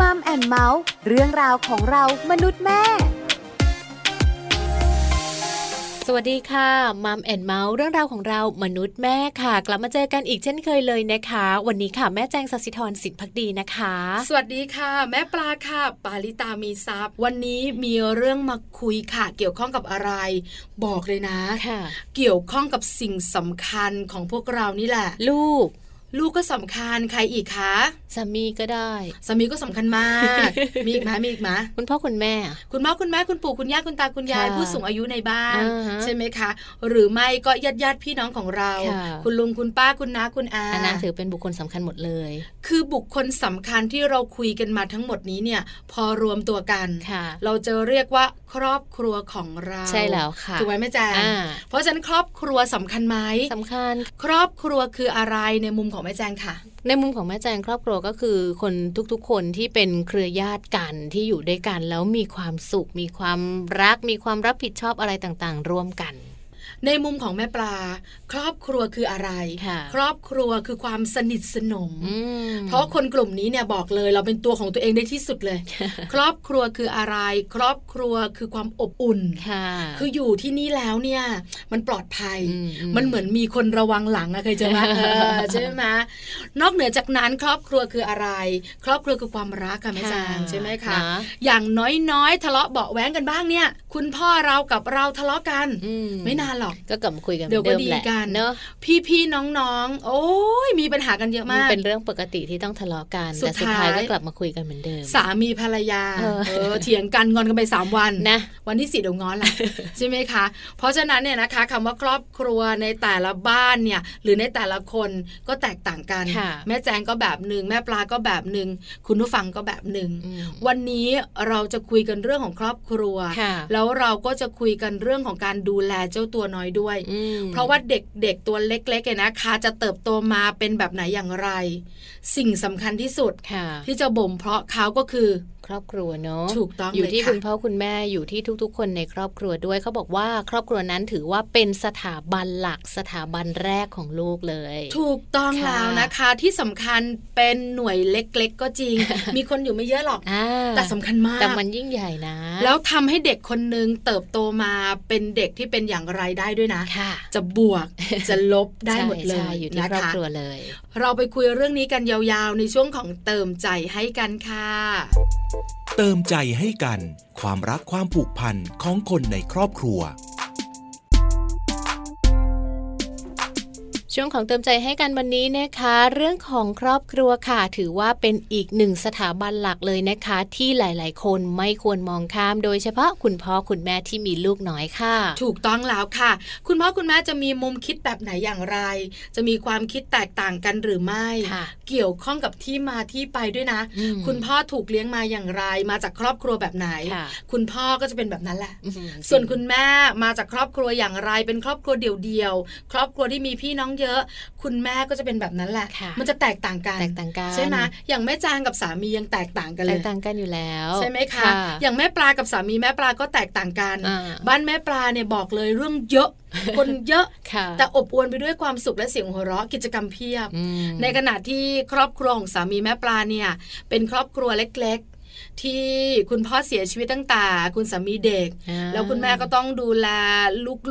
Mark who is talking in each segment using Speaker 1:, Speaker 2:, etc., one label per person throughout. Speaker 1: มัมแอนเมาส์เรื่องราวของเรามนุษย์แม่
Speaker 2: สวัสดีค่ะมัมแอนเมาส์เรื่องราวของเรามนุษย์แม่ค่ะ กลับมาเจอกันอีกเช่นเคยเลยนะคะ วันนี้ค่ะแม่แจงสศิธรสินพักดีนะคะ
Speaker 3: สวัสดีค่ะ แม่ปลาค่ะ ปาลิตามีซัพย์วันนี้มีเรื่องมาคุยค่ะ เกี่ยวข้องกับอะไร บอกเลยนะ
Speaker 2: ค่ะ
Speaker 3: เกี่ยวข้องกับสิ่งสำคัญของพวกเรานี่แหละ
Speaker 2: ลูก
Speaker 3: ลูกก็สำคัญใครอีกคะ
Speaker 2: สามีก็ได้
Speaker 3: สามีก็สำคัญมาก มีอีกไหมมีอีกไหม
Speaker 2: คุณพ่อคุณแม่อะ
Speaker 3: คุณพ่อคุณแม่คุณปู่คุณย่าคุณตาคุณยาย
Speaker 2: ค่ะ
Speaker 3: ผู้สูงอายุในบ้าน
Speaker 2: อ่าฮะ
Speaker 3: ใช่ไหมคะ หรือไม่ก็ญาติญาติๆพี่น้องของเรา
Speaker 2: ค่ะ
Speaker 3: คุณลุงคุณป้าคุณน้าคุณอา
Speaker 2: อันนั้นถือเป็นบุคคลสำคัญหมดเลย
Speaker 3: คือบุคคลสำคัญที่เราคุยกันมาทั้งหมดนี้เนี่ย พอรวมตัวกัน
Speaker 2: ค่ะ
Speaker 3: เราจะเรียกว่าครอบครัวของเรา
Speaker 2: ใช่แล้วค่ะ
Speaker 3: ถูกไหมแม่แจง
Speaker 2: อ่า
Speaker 3: เพราะฉะนั้นครอบครัวสำคัญไหม
Speaker 2: สำคัญ
Speaker 3: ครอบครัวคืออะไรในมุมของแม่แจงค่ะ
Speaker 2: ในมุมของแม่แจงครอบครัวก็คือคนทุกๆ คนที่เป็นเครือญาติกันที่อยู่ด้วยกัน แล้วมีความสุข มีความรัก มีความรับผิดชอบอะไรต่างๆ ร่วมกัน
Speaker 3: ในมุมของแม่ปลา ครอบครัวคืออะไร
Speaker 2: ค่ะ
Speaker 3: ครอบครัวคือความสนิทสนม
Speaker 2: อืม
Speaker 3: เพราะคนกลุ่มนี้เนี่ยบอกเลยเราเป็นตัวของตัวเองได้ที่สุดเลย ครอบครัวคืออะไร ครอบครัวคือความอบอุ่น
Speaker 2: ค่ะ
Speaker 3: คืออยู่ที่นี่แล้วเนี่ย มันปลอดภัย
Speaker 2: ม
Speaker 3: มันเหมือนมีคนระวังหลังอะเคยเจอไหม เออใช่ไหมนอกเหนือจากนั้นครอบครัวคืออะไร ครอบครัวคือความรักค่ะแม่จางใช่ไหมคะ
Speaker 2: น
Speaker 3: อย่างน้อยๆ ทะเลาะเบาะแว้งกันบ้างเนี่ย คุณพ่อเรากับเราทะเลาะกัน
Speaker 2: อื
Speaker 3: ไม่นานหรอก
Speaker 2: ก็กลับมาคุยกัน
Speaker 3: เดี๋ยวก็
Speaker 2: หมือนแหละ
Speaker 3: ดีกัน
Speaker 2: เนอะ
Speaker 3: พี่ๆน้องๆ โอ้ยมีปัญหากันเยอะ
Speaker 2: มัน
Speaker 3: มาก
Speaker 2: เป็นเรื่องปกติที่ต้องทะเลาะกัน
Speaker 3: สุด
Speaker 2: แต่สุดท้าย
Speaker 3: ท้าย
Speaker 2: ก็กลับมาคุยกันเหมือนเดิม
Speaker 3: สามีภรรยา
Speaker 2: เออ
Speaker 3: เออเถียงกันงอนกันไปสามวัน
Speaker 2: นะ
Speaker 3: วันที่สี่เดี๋ยวง้อน ละ ใช่ไหมคะ เพราะฉะนั้นเนี่ยนะคะคำว่าครอบครัวในแต่ละบ้านเนี่ย หรือในแต่ละคนก็แตกต่างกัน
Speaker 2: ค่ะ
Speaker 3: แม่แจงก็แบบหนึ่งแม่ปลาก็แบบหนึ่งคุณผู้ฟังก็แบบหนึ่ง
Speaker 2: อืม
Speaker 3: วันนี้เราจะคุยกันเรื่องของครอบครัว
Speaker 2: ค่ะ
Speaker 3: แล้วเราก็จะคุยกันเรื่องของการดูแลเจ้าตัวน้อยด้วย
Speaker 2: อืม
Speaker 3: เพราะว่าเด็กๆตัวเล็กๆเนี่ยนะคะ จะเติบโตมาเป็นแบบไหนอย่างไร สิ่งสำคัญที่สุด
Speaker 2: ค่ะ
Speaker 3: ที่จะบ่มเพาะเขาก็คือ
Speaker 2: ครอบครัวเนอะ
Speaker 3: ถูกต้อง
Speaker 2: อยู่
Speaker 3: เล
Speaker 2: ที่
Speaker 3: ย
Speaker 2: คุ
Speaker 3: ค่ะ
Speaker 2: ณพ่อคุณแม่อยู่ที่ทุกๆ คนในครอบครัวด้วยเขาบอกว่าครอบครัวนั้นถือว่าเป็นสถาบันหลักสถาบันแรกของลูกเลย
Speaker 3: ถูกต้อง
Speaker 2: ค่ะ
Speaker 3: แล้วนะคะที่สำคัญเป็นหน่วยเล็กๆ ก็จริง มีคนอยู่ไม่เยอะหรอก
Speaker 2: อ่า
Speaker 3: แต่สำคัญมาก
Speaker 2: แต่มันยิ่งใหญ่นะ
Speaker 3: แล้วทำให้เด็กคนนึงเติบโตมาเป็นเด็กที่เป็นอย่างไรได้ด้วยนะ
Speaker 2: ค่ะ
Speaker 3: จะบว ก จะลบได้หมดเล
Speaker 2: ใช่
Speaker 3: ย
Speaker 2: ใช่อยู่ที่
Speaker 3: นะ
Speaker 2: ครอบ
Speaker 3: คะ
Speaker 2: ครัวเลย
Speaker 3: เราไปคุยเรื่องนี้กันยาวๆ ในช่วงของเติมใจให้กันค่ะ
Speaker 4: เติมใจให้กัน ความรักความผูกพันของคนในครอบครัว
Speaker 2: ช่วงของเติมใจให้กันวันนี้นะคะ เรื่องของครอบครัวค่ะ ถือว่าเป็นอีกหนึ่งสถาบันหลักเลยนะคะ ที่หลาย ๆ คนไม่ควรมองข้าม โดยเฉพาะคุณพ่อคุณแม่ที่มีลูกน้อยค่ะ
Speaker 3: ถูกต้องแล้วค่ะ คุณพ่อคุณแม่จะมีมุมคิดแบบไหนอย่างไร จะมีความคิดแตกต่างกันหรือไม่
Speaker 2: ค่ะ
Speaker 3: เกี่ยวข้องกับที่มาที่ไปด้วยนะ
Speaker 2: อืม
Speaker 3: คุณพ่อถูกเลี้ยงมาอย่างไร มาจากครอบครัวแบบไหน
Speaker 2: ค่ะ
Speaker 3: คุณพ่อก็จะเป็นแบบนั้นแหละ
Speaker 2: อื้อหือ
Speaker 3: ส่วนคุณแม่มาจากครอบครัวอย่างไร เป็นครอบครัวเดียวๆ ครอบครัวที่มีพี่น้องเยอะ คุณแม่ก็จะเป็นแบบนั้นแหละ
Speaker 2: ค่ะ
Speaker 3: มันจะแตกต่างกัน
Speaker 2: แตกต่างกัน
Speaker 3: ใช่ไหมอย่างแม่จางกับสามียังแตกต่างกัน
Speaker 2: แต
Speaker 3: เล
Speaker 2: ก
Speaker 3: ย
Speaker 2: ต่างกันอยู่แล้ว
Speaker 3: ใช่ไหมคะ อย่างแม่ปลากับสามีแม่ปลาก็แตกต่างกัน
Speaker 2: อ่า
Speaker 3: บ้านแม่ปลาเนี่ยบอกเลยเรื่องเยอะ คนเยอะ
Speaker 2: ค่ะ
Speaker 3: แต่อบอวลไปด้วยความสุขและเสียงหัวเราะกิจกรรมเพียบ
Speaker 2: อืม
Speaker 3: ในขณะที่ครอบครัวของสามีแม่ปลาเนี่ย เป็นครอบครัวเล็กๆ ที่คุณพ่อเสียชีวิตตั้งแต่คุณสามีเด็ก
Speaker 2: อ่า
Speaker 3: แล้วคุณแม่ก็ต้องดูแล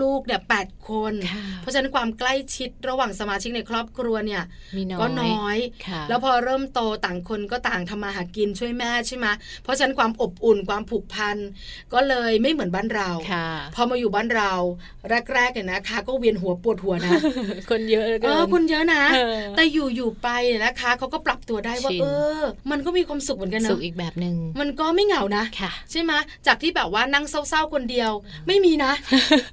Speaker 3: ลูกๆเนี่ยแปดคน
Speaker 2: ค่ะ
Speaker 3: เพราะฉะนั้นความใกล้ชิดระหว่างสมาชิกในครอบครัวเนี่ย
Speaker 2: มีน้อย
Speaker 3: ก็น้อย
Speaker 2: ค่ะ
Speaker 3: แล้วพอเริ่มโตต่างคนก็ต่างทำมาหากินช่วยแม่ใช่ไหมเพราะฉะนั้นความอบอุ่นความผูกพันก็เลยไม่เหมือนบ้านเรา
Speaker 2: ค่ะ
Speaker 3: พอมาอยู่บ้านเราแรกๆเนี่ยนะคะ ก็เวียนหัวปวดหัวนะ
Speaker 2: คนเยอะเหลือ
Speaker 3: เอ
Speaker 2: เกิ
Speaker 3: อน คุณเยอะนะ
Speaker 2: เออ
Speaker 3: แต่อยู่อยู่ไปเนี่ยนะคะเขาก็ปรับตัวได้ว่า
Speaker 2: ชิน
Speaker 3: เออ มันก็มีความสุขเหมือนกัน
Speaker 2: สุ
Speaker 3: นะ
Speaker 2: ขอีกแบบหนึ่ง
Speaker 3: มันก็ไม่เหงานะ
Speaker 2: ค่ะ
Speaker 3: ใช่ไหมจากที่แบบว่านั่งเศร้าๆคนเดียว ไม่มี นะ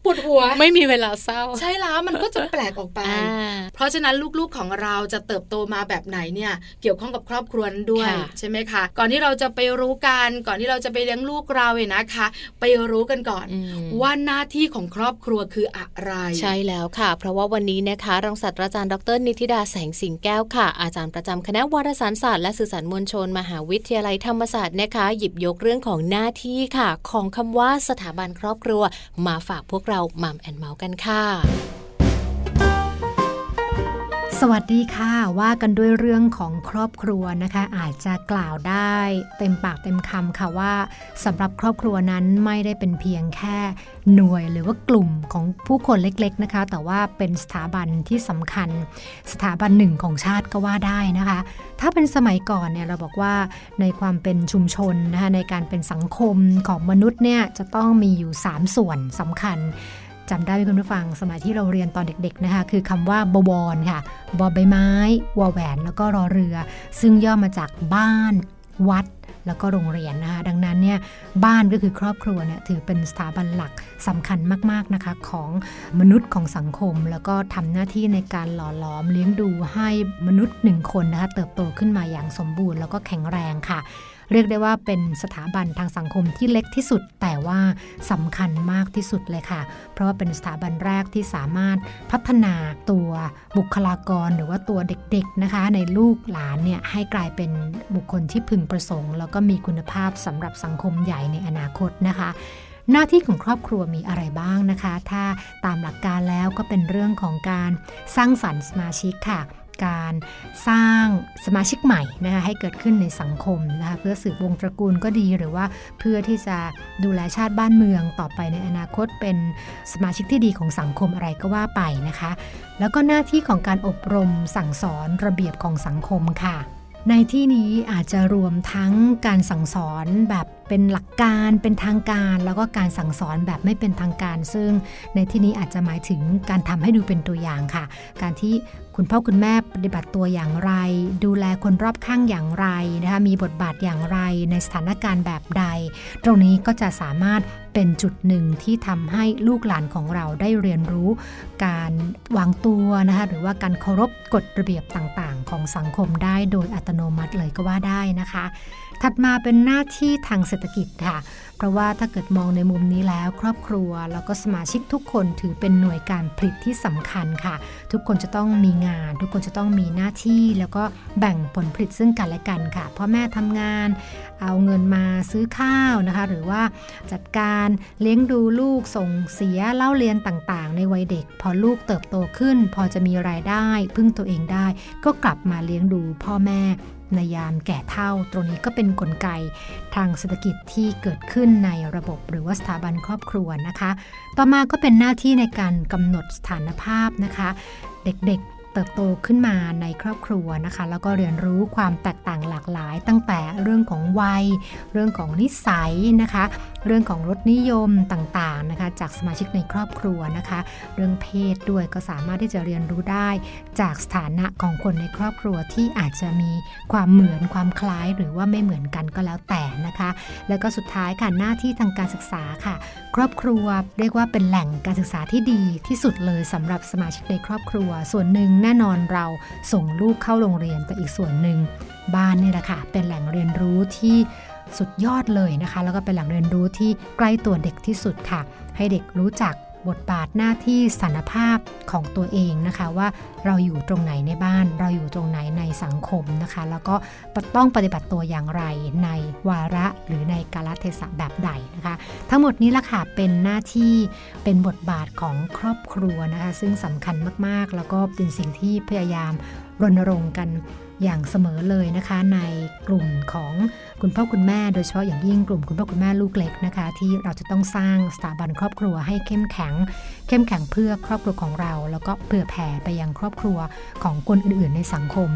Speaker 3: ปวดหัว
Speaker 2: ไม่มีเวลาเศร้า
Speaker 3: ใช่แล้วมันก็จะแปลกออกไป
Speaker 2: อ่า
Speaker 3: เพราะฉะนั้นลูกๆของเราจะเติบโตมาแบบไหนเนี่ย เกี่ยวข้องกับครอบครัวนั้นด้วย
Speaker 2: ค่ะ
Speaker 3: ใช่ไหมคะ ก่อนที่เราจะไปรู้กันก่อนที่เราจะไปเลี้ยงลูกเราเนี่ยนะคะ ไปรู้กันก่อน
Speaker 2: อืม
Speaker 3: ว่าหน้าที่ของครอบครัวคืออะไร
Speaker 2: ใช่แล้วค่ะ เพราะว่าวันนี้นะคะรองศาสตราจารย์ดรนิติดาแสงสิงแก้วค่ะ อาจารย์ประจำคณะวารสารศาสตร์และสื่อสารมวลชน มหาวิทยาลัยธรรมศาสตร์นะคะ หยิบยกเรื่องของหน้าที่ค่ะ ของคำว่าสถาบันครอบครัว มาฝากพวกเรามัมแอนเมาส์กันค่ะ ส
Speaker 5: สวัสดีค่ะ ว่ากันด้วยเรื่องของครอบครัวนะคะ อาจจะกล่าวได้เต็มปากเต็มคำค่ะว่าสำหรับครอบครัวนั้นไม่ได้เป็นเพียงแค่หน่วยหรือว่ากลุ่มของผู้คนเล็กๆนะคะ แต่ว่าเป็นสถาบันที่สำคัญ สถาบันหนึ่งของชาติก็ว่าได้นะคะ ถ้าเป็นสมัยก่อนเนี่ยเราบอกว่าในความเป็นชุมชนนะคะในการเป็นสังคมของมนุษย์เนี่ยจะต้องมีอยู่ 3 ส่วนสำคัญจำได้ไหมคุณผู้ฟังสมัยที่เราเรียนตอนเด็กๆนะคะคือคำว่าบวรค่ะ บอใบไม้วอแหวน แล้วก็รอเรือ ซึ่งย่อมาจากบ้าน วัด แล้วก็โรงเรียนนะคะดังนั้นเนี่ยบ้านก็คือครอบครัวเนี่ยถือเป็นสถาบันหลักสำคัญมากๆนะคะของมนุษย์ของสังคม แล้วก็ทำหน้าที่ในการหล่อหลอมเลี้ยงดูให้มนุษย์หนึ่งคนนะคะเติบโตขึ้นมาอย่างสมบูรณ์แล้วก็แข็งแรงค่ะ เรียกได้ว่าเป็นสถาบันทางสังคมที่เล็กที่สุด แต่ว่าสำคัญมากที่สุดเลยค่ะ เพราะว่าเป็นสถาบันแรกที่สามารถพัฒนาตัวบุคลากรหรือว่าตัวเด็กๆนะคะ ในลูกหลานเนี่ยให้กลายเป็นบุคคลที่พึงประสงค์ แล้วก็มีคุณภาพสำหรับสังคมใหญ่ในอนาคตนะคะ หน้าที่ของครอบครัวมีอะไรบ้างนะคะ ถ้าตามหลักการแล้วก็เป็นเรื่องของการสร้างสรรค์สมาชิกค่ะ การสร้างสมาชิกใหม่นะคะให้เกิดขึ้นในสังคมนะคะเพื่อสืบวงตระกูลก็ดีหรือว่าเพื่อที่จะดูแลชาติบ้านเมืองต่อไปในอนาคตเป็นสมาชิกที่ดีของสังคมอะไรก็ว่าไปนะคะ แล้วก็หน้าที่ของการอบรมสั่งสอนระเบียบของสังคมค่ะ ในที่นี้อาจจะรวมทั้งการสั่งสอนแบบเป็นหลักการเป็นทางการ แล้วก็การสั่งสอนแบบไม่เป็นทางการ ซึ่งในที่นี้อาจจะหมายถึงการทำให้ดูเป็นตัวอย่างค่ะ การที่คุณพ่อคุณแม่ปฏิบัติตัวอย่างไร ดูแลคนรอบข้างอย่างไรนะคะมีบทบาทอย่างไรในสถานการณ์แบบใด ตรงนี้ก็จะสามารถเป็นจุดหนึ่งที่ทำให้ลูกหลานของเราได้เรียนรู้ การวางตัวนะคะหรือว่าการเคารพกฎระเบียบต่างๆ ของสังคมได้โดยอัตโนมัติเลยก็ว่าได้นะคะ ถัดมาเป็นหน้าที่ทางเศรษฐกิจค่ะ เพราะว่าถ้าเกิดมองในมุมนี้แล้ว ครอบครัวแล้วก็สมาชิกทุกคนถือเป็นหน่วยการผลิตที่สำคัญค่ะ ทุกคนจะต้องมีงาน ทุกคนจะต้องมีหน้าที่แล้วก็แบ่งผลผลิตซึ่งกันและกันค่ะพ่อแม่ทำงาน เอาเงินมาซื้อข้าวนะคะ หรือว่าจัดการเลี้ยงดูลูกส่งเสียเล่าเรียนต่างๆ ในวัยเด็ก พอลูกเติบโตขึ้น พอจะมีรายได้ พึ่งตัวเองได้ ก็กลับมาเลี้ยงดูพ่อแม่ ในยามแก่เฒ่า ตรงนี้ก็เป็นกลไกทางเศรษฐกิจที่เกิดขึ้นในระบบหรือว่าสถาบันครอบครัวนะคะ ต่อมาก็เป็นหน้าที่ในการกำหนดสถานภาพนะคะ เด็กๆเติบโตขึ้นมาในครอบครัวนะคะ แล้วก็เรียนรู้ความแตกต่างหลากหลาย ตั้งแต่เรื่องของวัย เรื่องของนิสัยนะคะ เรื่องของรสนิยมต่างๆนะคะ จากสมาชิกในครอบครัวนะคะ เรื่องเพศด้วยก็สามารถที่จะเรียนรู้ได้ จากสถานะของคนในครอบครัวที่อาจจะมีความเหมือนความคล้ายหรือว่าไม่เหมือนกันก็แล้วแต่นะคะ แล้วก็สุดท้ายค่ะหน้าที่ทางการศึกษาค่ะ ครอบครัวเรียกว่าเป็นแหล่งการศึกษาที่ดีที่สุดเลยสำหรับสมาชิกในครอบครัว ส่วนหนึ่งแน่นอนเราส่งลูกเข้าโรงเรียนแต่อีกส่วนหนึ่งบ้านนี่แหละค่ะเป็นแหล่งเรียนรู้ที่สุดยอดเลยนะคะ แล้วก็เป็นแหล่งเรียนรู้ที่ใกล้ตัวเด็กที่สุดค่ะ ให้เด็กรู้จักบทบาทหน้าที่สถานภาพของตัวเองนะคะ ว่าเราอยู่ตรงไหนในบ้าน เราอยู่ตรงไหนในสังคมนะคะ แล้วก็ต้องปฏิบัติตัวอย่างไรในวาระหรือในกาลเทศะแบบใดนะคะ ทั้งหมดนี้ละค่ะเป็นหน้าที่เป็นบทบาทของครอบครัวนะคะ ซึ่งสำคัญมากๆ แล้วก็เป็นสิ่งที่พยายามรณรงค์กันอย่างเสมอเลยนะคะ ในกลุ่มของคุณพ่อคุณแม่โดยเฉพาะอย่างยิ่งกลุ่มคุณพ่อคุณแม่ลูกเล็กนะคะ ที่เราจะต้องสร้างสถาบันครอบครัวให้เข้มแข็ง เข้มแข็งเพื่อครอบครัวของเรา แล้วก็เผื่อแผ่ไปยังครอบครัวของคนอื่นๆ ในสังคม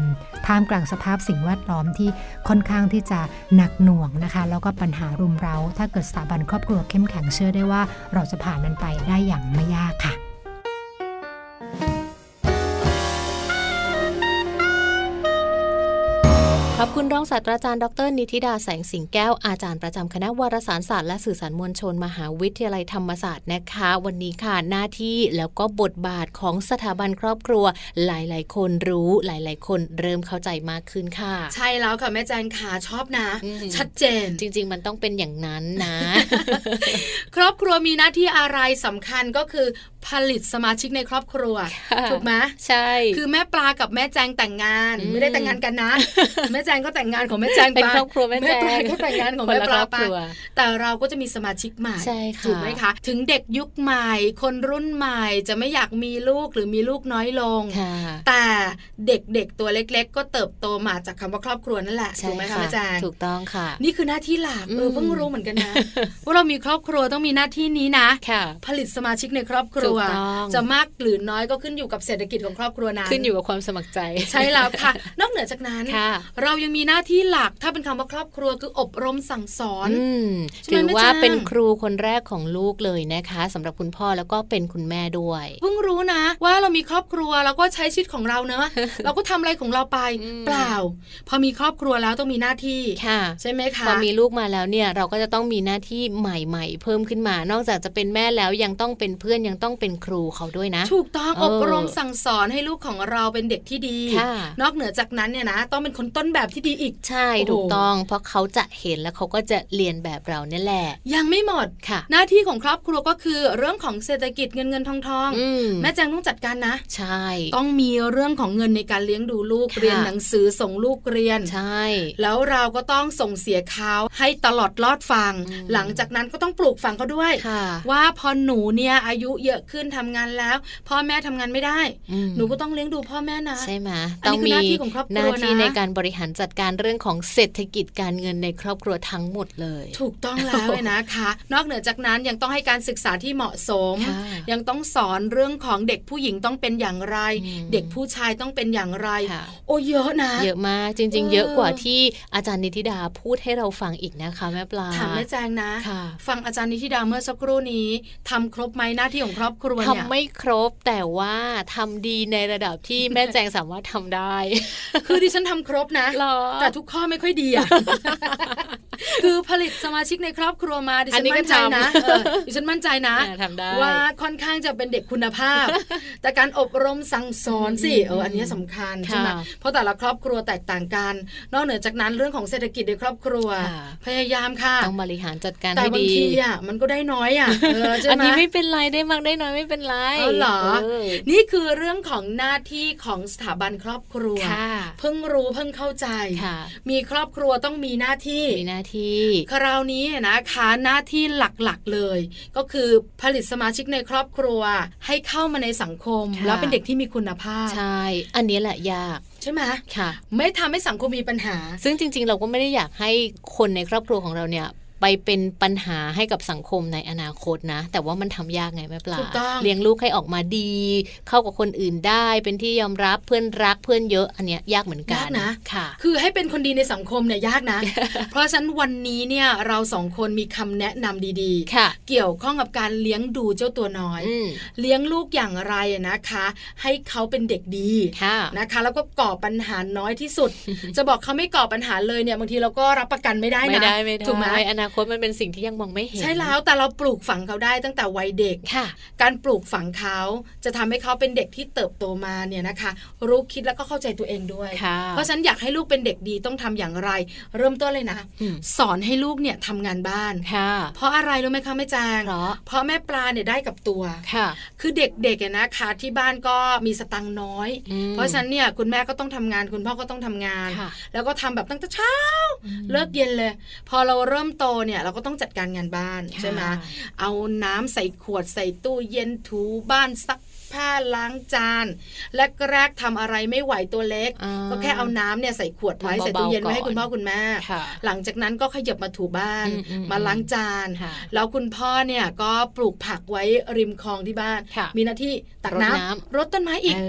Speaker 5: ท่ามกลางสภาพสิ่งแวดล้อมที่ค่อนข้างที่จะหนักหน่วงนะคะ แล้วก็ปัญหารุมเรา้า ถ้าเกิดสถาบันครอบครัวเข้มแข็งเชื่อได้ว่า เราจะผ่านมันไปได้อย่างไม่ยากค่ะ
Speaker 2: ขอบคุณรองศาสตราจารย์ดรนิติดาแสงสิงแก้วอาจารย์ประจำคณะวารสารศาสตร์และสื่อสารมวลชน มหาวิทยาลัยธรรมศาสตร์นะคะ วันนี้ค่ะหน้าที่แล้วก็บทบาทของสถาบันครอบครัว หลาย ๆ คนรู้หลาย ๆ คนเริ่มเข้าใจมากขึ้นค่ะ
Speaker 3: ใช่แล้วค่ะแม่แจงขาชอบนะ
Speaker 2: อืม
Speaker 3: ชัดเจน
Speaker 2: จริง ๆ มันต้องเป็นอย่างนั้นนะ
Speaker 3: ครอบครัวมีหน้าที่อะไรสำคัญก็คือ ผลิตสมาชิกในครอบครัว
Speaker 2: ค่ะ
Speaker 3: ถูกไหม
Speaker 2: ใช่
Speaker 3: คือแม่ปลากับแม่แจงแต่งงาน
Speaker 2: อืม
Speaker 3: ไม่ได้แต่งงานกันนะ แม่แจงก็แต่งงานของแม่แจง
Speaker 2: เป็น
Speaker 3: ไป
Speaker 2: ครอบครัวแม่
Speaker 3: แม่
Speaker 2: แจ
Speaker 3: ปลาง ก็แต่งงานของ
Speaker 2: ค
Speaker 3: แม่
Speaker 2: ละ
Speaker 3: ปลา
Speaker 2: ครอบ
Speaker 3: ไป
Speaker 2: ครัว
Speaker 3: แต่เราก็จะมีสมาชิกใหม่
Speaker 2: ใช่ค่ะ
Speaker 3: ถูกไหมคะ ถึงเด็กยุคใหม่ คนรุ่นใหม่จะไม่อยากมีลูกหรือมีลูกน้อยลง
Speaker 2: ค่ะ
Speaker 3: แต่เด็กๆตัวเล็ก ๆ ก็เติบโตมาจากคำว่าครอบครัวนั่นแหละ
Speaker 2: ใช่
Speaker 3: ถูกไหมคะแม่แจง
Speaker 2: ถูกต้องค่ะ
Speaker 3: นี่คือหน้าที่หลักเออ
Speaker 2: ม
Speaker 3: เพิ่งรู้เหมือนกันนะ ว่าเรามีครอบครัวต้องมีหน้าที่นี้นะ
Speaker 2: ค่ะ
Speaker 3: ผลิตสมาชิกในครอบครัว
Speaker 2: ถูกต้อง
Speaker 3: จะมากหรือน้อยก็ขึ้นอยู่กับเศรษฐกิจของครอบครัวนั้น
Speaker 2: ขึ้นอยู่กับความสมัครใจ
Speaker 3: ใช่แล้ว ค่ะ นอกเหนือจากนั้น
Speaker 2: ค่ะ
Speaker 3: เรายังมีหน้าที่หลักถ้าเป็นคำว่าครอบครัวคืออบรมสั่งสอน
Speaker 2: อืม
Speaker 3: ใช่ไหม
Speaker 2: ถือว่า
Speaker 3: แม่แจง
Speaker 2: เป็นครูคนแรกของลูกเลยนะคะสำหรับคุณพ่อแล้วก็เป็นคุณแม่ด้วย
Speaker 3: เพิ่งรู้นะ ว่าเรามีครอบครัวแล้วก็ใช้ชีวิตของเราเนอะ เราก็ทำอะไรของเราไป
Speaker 2: อืม
Speaker 3: เปล่า พอมีครอบครัวแล้วต้องมีหน้าที่
Speaker 2: ค่ะ
Speaker 3: ใช่ไหมคะ
Speaker 2: พอมีลูกมาแล้วเนี่ยเราก็จะต้องมีหน้าที่ใหม่ ๆ เพิ่มขึ้นมา นอกจากจะเป็นแม่แล้วยังต้องเป็นเพื่อนยังต้องเป็นครูเขาด้วยนะ
Speaker 3: ถูกต้อง
Speaker 2: เอ
Speaker 3: อ
Speaker 2: อบ
Speaker 3: รมสั่งสอนให้ลูกของเราเป็นเด็กที่ดี
Speaker 2: ค่ะ
Speaker 3: นอกเหนือจากนั้นเนี่ยนะ ต้องเป็นคนต้นแบบที่ดีอีก
Speaker 2: ใช่
Speaker 3: โอ้โห
Speaker 2: ถูกต้อง เพราะเขาจะเห็นแล้วเขาก็จะเรียนแบบเราเนี่ยแหละ
Speaker 3: ยังไม่หมด
Speaker 2: ค่ะ
Speaker 3: หน้าที่ของครอบครัวก็คือเรื่องของเศรษฐกิจเงินเงินทองทอง
Speaker 2: อืม
Speaker 3: แม่แจงต้องจัดการนะ
Speaker 2: ใช่
Speaker 3: ต้องมีเรื่องของเงินในการเลี้ยงดูลูกเรียนหนังสือส่งลูกเรียน
Speaker 2: ใช่
Speaker 3: แล้วเราก็ต้องส่งเสียเขาให้ตลอดลอดฟัง
Speaker 2: อืม
Speaker 3: หลังจากนั้นก็ต้องปลูกฝังเขาด้วย
Speaker 2: ค่ะ
Speaker 3: ว่าพอหนูเนี่ยอายุเยอะขึ้นทำงานแล้ว พ่อแม่ทำงานไม่ได้
Speaker 2: อืม
Speaker 3: หนูก็ต้องเลี้ยงดูพ่อแม่นะ
Speaker 2: ใช่ไหม
Speaker 3: อันนี้คือหน้าที่ของครอบครัว
Speaker 2: ห
Speaker 3: นะ
Speaker 2: น้าที่ในการบริหารจัดการเรื่องของเศรษฐกิจการเงินในครอบครัวทั้งหมดเลย
Speaker 3: ถูกต้องแล้วเลยนะคะ นอกเหนือจากนั้นยังต้องให้การศึกษาที่เหมาะสม
Speaker 2: ค่ะ
Speaker 3: ยังต้องสอนเรื่องของเด็กผู้หญิงต้องเป็นอย่างไร
Speaker 2: อืม
Speaker 3: เด็กผู้ชายต้องเป็นอย่างไร
Speaker 2: ค่ะ
Speaker 3: โอ้เยอะนะ
Speaker 2: เยอะมากจริง ๆ
Speaker 3: เออ
Speaker 2: เยอะกว่าที่อาจารย์นิติดาพูดให้เราฟังอีกนะคะแม่ปลา
Speaker 3: ถามแม่แจงนะ
Speaker 2: ค่ะ
Speaker 3: ฟังอาจารย์นิธิดาเมื่อสักครู่นี้ทำครบไหมหน้าที่ของครอบครัวเนี่ย
Speaker 2: ทำไม่ครบแต่ว่าทำดีในระดับที่แม่แจงสามารถทำได้
Speaker 3: คือดิฉันทำครบนะ
Speaker 2: หรอ
Speaker 3: แต่ทุกข้อไม่ค่อยดี อ่ะ คือผลิตสมาชิกในครอบครัวมาดิ
Speaker 2: อั
Speaker 3: ฉั
Speaker 2: น
Speaker 3: น
Speaker 2: นี้ก็
Speaker 3: มั่นใจนะ
Speaker 2: ทำ
Speaker 3: เออดิฉันมั่นใจนะ
Speaker 2: อ่าทำได้
Speaker 3: ว่าค่อนข้างจะเป็นเด็กคุณภาพ แต่การอบรมสั่งสอนสิ
Speaker 2: อืม
Speaker 3: เอออันเนี้ยสำคัญ
Speaker 2: ค่ะ
Speaker 3: ใช่ไหมเพราะแต่ละครอบครัวแตกต่างกัน นอกเหนือจากนั้นเรื่องของเศรษฐกิจในครอบครัว
Speaker 2: ค่ะ
Speaker 3: พยายามค่ะ
Speaker 2: ต้องบริหารจัดการ
Speaker 3: แต่
Speaker 2: ให้
Speaker 3: บาง
Speaker 2: ดี
Speaker 3: ทีอ่ะมันก็ได้น้อยอ่ะเออใช่
Speaker 2: อัน
Speaker 3: ไหม
Speaker 2: นี้ไม่เป็นไรได้มากได้น้อยไม่เป็นไร
Speaker 3: เอาเหรอ
Speaker 2: เออ
Speaker 3: นี่คือเรื่องของหน้าที่ของสถาบันครอบครัว
Speaker 2: ค่ะ
Speaker 3: เพิ่งรู้เพิ่งเข้าใจ
Speaker 2: ค่ะ
Speaker 3: มีครอบครัวต้องมีหน้าที่
Speaker 2: มีหน้าที่
Speaker 3: คราวนี้นะคะหน้าที่หลักๆเลย ก็คือผลิตสมาชิกในครอบครัวให้เข้ามาในสังคม
Speaker 2: ค่ะ
Speaker 3: แล้วเป็นเด็กที่มีคุณภาพ
Speaker 2: ใช่ อันนี้แหละยาก
Speaker 3: ใช่ไหม
Speaker 2: ค่ะ
Speaker 3: ไม่ทำให้สังคมมีปัญหา
Speaker 2: ซึ่งจริง ๆ เราก็ไม่ได้อยากให้คนในครอบครัวของเราเนี่ย ไปเป็นปัญหาให้กับสังคมในอนาคตนะ แต่ว่ามันทำยากไงแม่ปลา
Speaker 3: ถูกต้อง
Speaker 2: เลี้ยงลูกให้ออกมาดี เข้ากับคนอื่นได้ เป็นที่ยอมรับเพื่อนรักเพื่อนเยอะ อันเนี้ยยากเหมือนกัน
Speaker 3: ยากนะ
Speaker 2: ค่ะ
Speaker 3: คือให้เป็นคนดีในสังคมเนี่ยยากนะ เพราะฉะนั้นวันนี้เนี่ยเราสองคนมีคำแนะนำดี
Speaker 2: ค่ะ
Speaker 3: ๆ เกี่ยวข้องกับการเลี้ยงดูเจ้าตัวน้อย
Speaker 2: อืม
Speaker 3: เลี้ยงลูกอย่างไรนะคะ ให้เขาเป็นเด็กดี
Speaker 2: ค่ะ
Speaker 3: นะคะแล้วก็ก่อปัญหาน้อยที่ สุด จะบอกเขาไม่ก่อปัญหาเลยเนี่ยบางทีเราก็รับประกันไม่ได้นะ
Speaker 2: ไม่ได้ไม่ได้
Speaker 3: ถูกไหม
Speaker 2: อนาคตมันเป็นสิ่งที่ยังมองไม่เห็น
Speaker 3: ใช่แล้วแต่เราปลูกฝังเขาได้ตั้งแต่วัยเด็ก
Speaker 2: ค่ะ
Speaker 3: การปลูกฝังเขาจะทำให้เขาเป็นเด็กที่เติบโตมาเนี่ยนะคะ รู้คิดแล้วก็เข้าใจตัวเองด้วย
Speaker 2: ค่ะ
Speaker 3: เพราะฉะนันอยากให้ลูกเป็นเด็กดีต้องทำอย่างไร เริ่มต้นเลยนะ
Speaker 2: อืม
Speaker 3: สอนให้ลูกเนี่ยทำงานบ้าน
Speaker 2: ค่ะ
Speaker 3: เพราะอะไรรู้ไหมคะแม่แจาง
Speaker 2: เพราะ
Speaker 3: เพราะแม่ปลาเนี่ยได้กับตัว
Speaker 2: ค่ะ
Speaker 3: คือเด็กๆอะนะคะที่บ้านก็มีสตังค์น้อย
Speaker 2: อืม
Speaker 3: เพราะฉะนั้นเนี่ยคุณแม่ก็ต้องทำงานคุณพ่อก็ต้องทำงาน
Speaker 2: ค่ะ
Speaker 3: แล้วก็ทำแบบตั้งแต่เช้า เลิกเย็นเลย พอเราเริ่มโตเนี่ยเราก็ต้องจัดการงานบ้านใช่ไหม
Speaker 2: ค่ะ
Speaker 3: เอาน้ำใส่ขวดใส่ตู้เย็นถูบ้านซักผ้าล้างจานแรกแรกๆทำอะไรไม่ไหวตัวเล็ก
Speaker 2: อ่า
Speaker 3: ก็แค่เอาน้ำเนี่ยใส่ขวดไว้
Speaker 2: ทำเบาๆ
Speaker 3: ใส่ตู้เย็นไว้ให้
Speaker 2: ก่อน
Speaker 3: คุณพ่อคุณแม่
Speaker 2: ค่ะ
Speaker 3: หลังจากนั้นก็ขยับมาถูบ้าน
Speaker 2: อืมอืม
Speaker 3: มาล้างจาน
Speaker 2: ค่ะ
Speaker 3: แล้วคุณพ่อเนี่ยก็ปลูกผักไว้ริมคลองที่บ้าน
Speaker 2: ค่ะ
Speaker 3: มีหน้าที่ตัก
Speaker 2: รด
Speaker 3: น้ำ
Speaker 2: น้ำ
Speaker 3: รดต้นไม้อีก
Speaker 2: เ